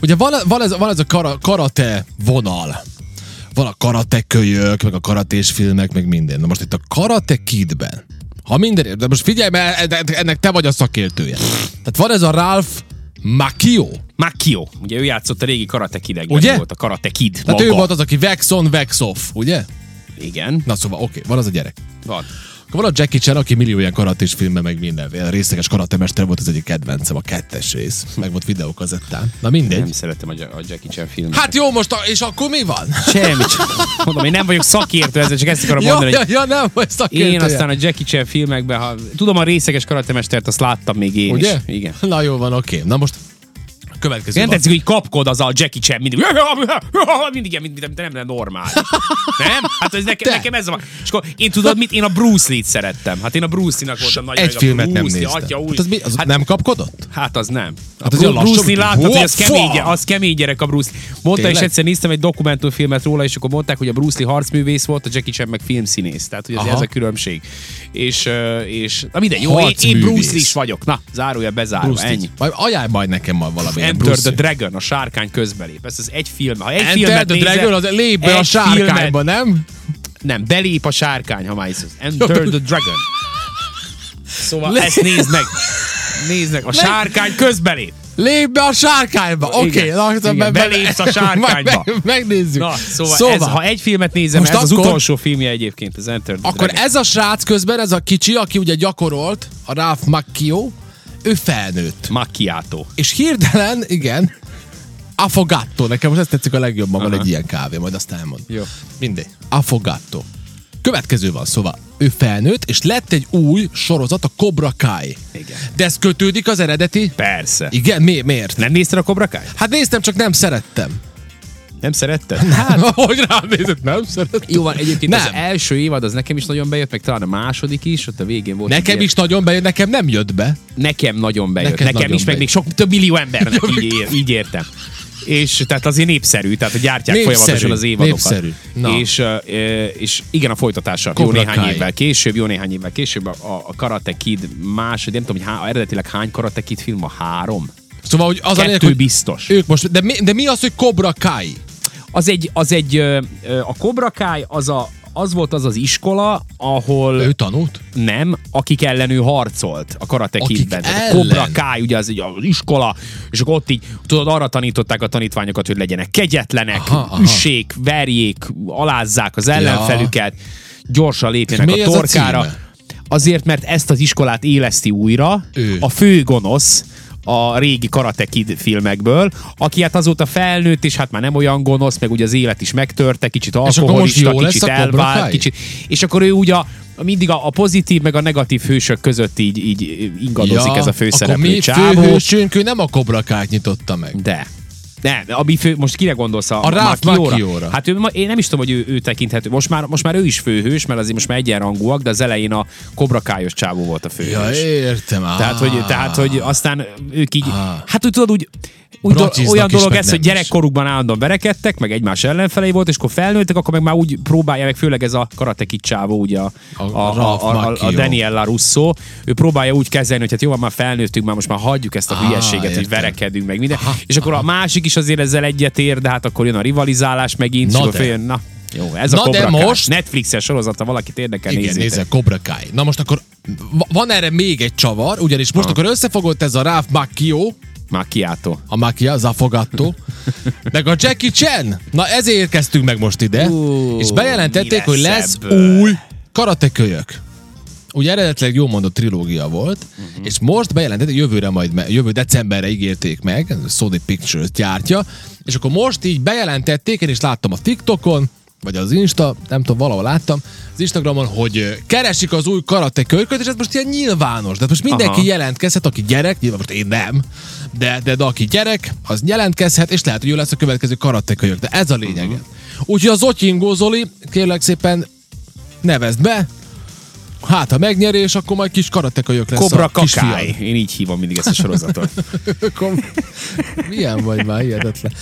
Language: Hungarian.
Ugye van, van, ez, van ez a kara, karate vonal. Van a karate kölyök, meg a karatés filmek, meg minden. Na most itt a karate kidben, ha minden, de most figyelj, mert ennek te vagy a szakértője. Tehát van ez a Ralph Macchio. Makio. Ugye ő játszott a régi Karate Kidekben. Ugye? ő volt a Karate Kid Tehát maga. ő volt az, aki vex on, vex off, ugye? Igen. Na szóval, oké, van az a gyerek. Van. Akkor van a Jackie Chan, aki millió ilyen karatés filmben, meg minden. Ilyen részleges karatemester volt az egyik kedvencem, a kettes rész. Meg volt videókazettán. Na Nem mindegy. szeretem a, Ja- a Jackie Chan filmet. Hát jó, most, a, és akkor mi van? semmi. csak- Mondom, én nem vagyok szakértő ezzel, csak ezt akarom Ja, mondani, ja, hogy ja, nem, ezt a én aztán a Jackie Chan filmekben, ha tudom a részeges karatemestert, azt láttam még én Ugye? Szóval- is. Igen. Na jó van, oké. Na most a következő Nem van. tetszik, hogy kapkod az a Jackie Chan mindig. Mindig ilyen, mint, mint nem lenne normális. Nem? Hát ez nekem, Te. nekem ez a... És akkor én tudod mit? Én a Bruce Lee-t szerettem. Hát én a Bruce Lee-nak voltam nagy. Egy meg a filmet nem Bruce Lee, néztem. Atya, új. Hát az, mi, az hát, nem kapkodott? hát az nem. Hát Hát az az ilyen Bruce lassabb, Lee mint- láttad, hogy az Hoppa! kemény, gy- az kemény gyerek a Bruce Lee. Mondta, Tényleg? és egyszer néztem egy dokumentumfilmet róla, és akkor mondták, hogy a Bruce Lee harcművész volt, a Jackie Chan meg filmszínész. Tehát, hogy ez, Aha. ez a különbség. És, ö, és na mindegy, jó, én, én Bruce Harcművész. Lee is vagyok. Na, zárója bezárva, Bruce Lee. ennyi. Majd ajánl majd nekem majd valami. ilyen Enter Bruce the Lee. Dragon, a sárkány közbelép. Ez az egy film. Ha egy Enter filmet the nézel, Dragon, az lép be a egy sárkányba, filmet- nem? Nem, belép a sárkány, ha már hisz. Enter Jó. the Dragon. Szóval Le- ezt nézd meg. Nézd meg, a sárkány közbelép. Lép be a sárkányba! Oké, okay, Igen. Igen, belépsz a sárkányba. Meg, megnézzük. Na, szóval, szóval. Ez, ha egy filmet nézem, Most ez az akkor- utolsó filmje egyébként, az Enter the akkor Dragon. ez a srác közben, ez a kicsi, aki ugye gyakorolt, a Ralph Macchio, ő e- felnőtt. Macchiato. És hirtelen, igen, affogatto. Nekem most ezt tetszik a legjobban, van Aha. egy ilyen kávé, majd azt elmondom. Jó. Mindegy. Affogatto. Következő van, szóval ő felnőtt, és lett egy új sorozat, a Cobra Kai. Igen. De ez kötődik az eredeti? Persze. Igen, mi, miért? Nem nézted a Cobra Kai? Hát néztem, csak nem szerettem. Nem szeretted? Hát, hogy rám nézett, nem szerettem. Jó van, egyébként Nem. az e- első évad az nekem is nagyon bejött, meg talán a második is, ott a végén volt. egy Nekem ilyen- is nagyon bejött, nekem nem jött be. Nekem nagyon bejött. Neked Neked Nekem nagyon is, meg még sok több millió embernek így, ér, így értem. És tehát azért népszerű, tehát a gyártják Népszerű, folyamatosan az évadokat. népszerű. Na. És, ö, ö, és igen, a folytatása. Jó Cobra néhány Kai. évvel később, jó néhány évvel később a, a Karate Kid második, nem tudom, hogy há, eredetileg hány Karate Kid film van? Három? Szóval, hogy az a Kettő lényeg, hogy biztos. Ők most, de mi, de mi az, hogy Cobra Kai? Az egy, az egy ö, ö, a Cobra Kai az a az volt az az iskola, ahol... Ő tanult? Nem, akik ellen ő harcolt a Karate Akik Kidben. Tehát ellen? Cobra Kai, ugye az, egy- az iskola, és akkor ott így, tudod, arra tanították a tanítványokat, hogy legyenek kegyetlenek, Aha, aha. üssék, verjék, alázzák az ellenfelüket, gyorsan lépjenek És mi a ez a torkára. címe? Azért, mert ezt az iskolát éleszti újra Ő. a fő gonosz, a régi Karate Kid filmekből, aki hát azóta felnőtt, és hát már nem olyan gonosz, meg ugye az élet is megtörte, kicsit most alkoholista, jó lesz kicsit a Cobra Kai? elvált, kicsit kicsit. És akkor ő úgy a, a- mindig a, a pozitív, meg a negatív hősök között így, így ingadozik ez a akkor főszereplő mi csávó. főhősünk, ő nem a Cobra Kai-t nyitotta meg. De. Nem, ami fő, most kire gondolsz? A, Ralph Macchio-ra? Macchio-ra. Hát ő, ma- én nem is tudom, hogy ő, ő tekinthető. Most már, most már ő is főhős, mert azért most már egyenrangúak, de az elején a Cobra Kai-os csávó volt a főhős. Ja, értem. á. Tehát hogy, tehát, hogy aztán ők így, hát úgy tudod, úgy, úgy do, Braciznak olyan Ah. is, dolog meg ez, nem hogy is. gyerekkorukban állandóan verekedtek, meg egymás ellenfelei volt, és akkor felnőttek, akkor meg már úgy próbálja, meg főleg ez a karatekit csávó, ugye a, A- a, a a, Ralph a, a, a Macchio. Daniela Russo, ő próbálja úgy kezelni, hogy hát jó, van, már felnőttünk, már most már hagyjuk ezt a hülyeséget, hogy Ah, értem. verekedünk, meg minden. és akkor a másik is azért ezzel egyetért, de hát akkor jön a rivalizálás megint, Na és akkor de. följön, na, jó, ez Na a Cobra de Kai. most- Netflixes sorozata, valakit érdekel, Igen, nézzétek. nézze, Cobra Kai. Na most akkor va- van erre még egy csavar, ugyanis most akkor összefogott ez a Ralph Macchio, Már kiáltó. a Macchia, az afogató, meg a Jackie Chan. Na ezért érkeztünk meg most ide, Ú, és bejelentették, mi hogy lesz lesz ebből? új karatekölyök. Ugye eredetileg jól mondott trilógia volt, uh-huh. és most bejelentették, jövőre majd, me- jövő decemberre ígérték meg, ez a Sony Pictures gyártja, és akkor most így bejelentették, én is láttam a TikTokon, vagy az Insta, nem tudom, valahol láttam, az Instagramon, hogy ö, keresik az új karate kölyköt, és ez most ilyen nyilvános. De hát most mindenki Aha. jelentkezhet, aki gyerek, nyilván most én nem, de, de, de aki gyerek, az jelentkezhet, és lehet, hogy ő lesz a következő karate kölyök. De ez a lényege. Uh-huh. Úgyhogy az Otyingó Zoli, kérlek szépen nevezd be, Hát, ha megnyerés, akkor majd kis karatekölyök lesz Kobra a kisfiam. Kakály. Én így hívom mindig ezt a sorozatot. Kom- Milyen vagy már, hihetetlen.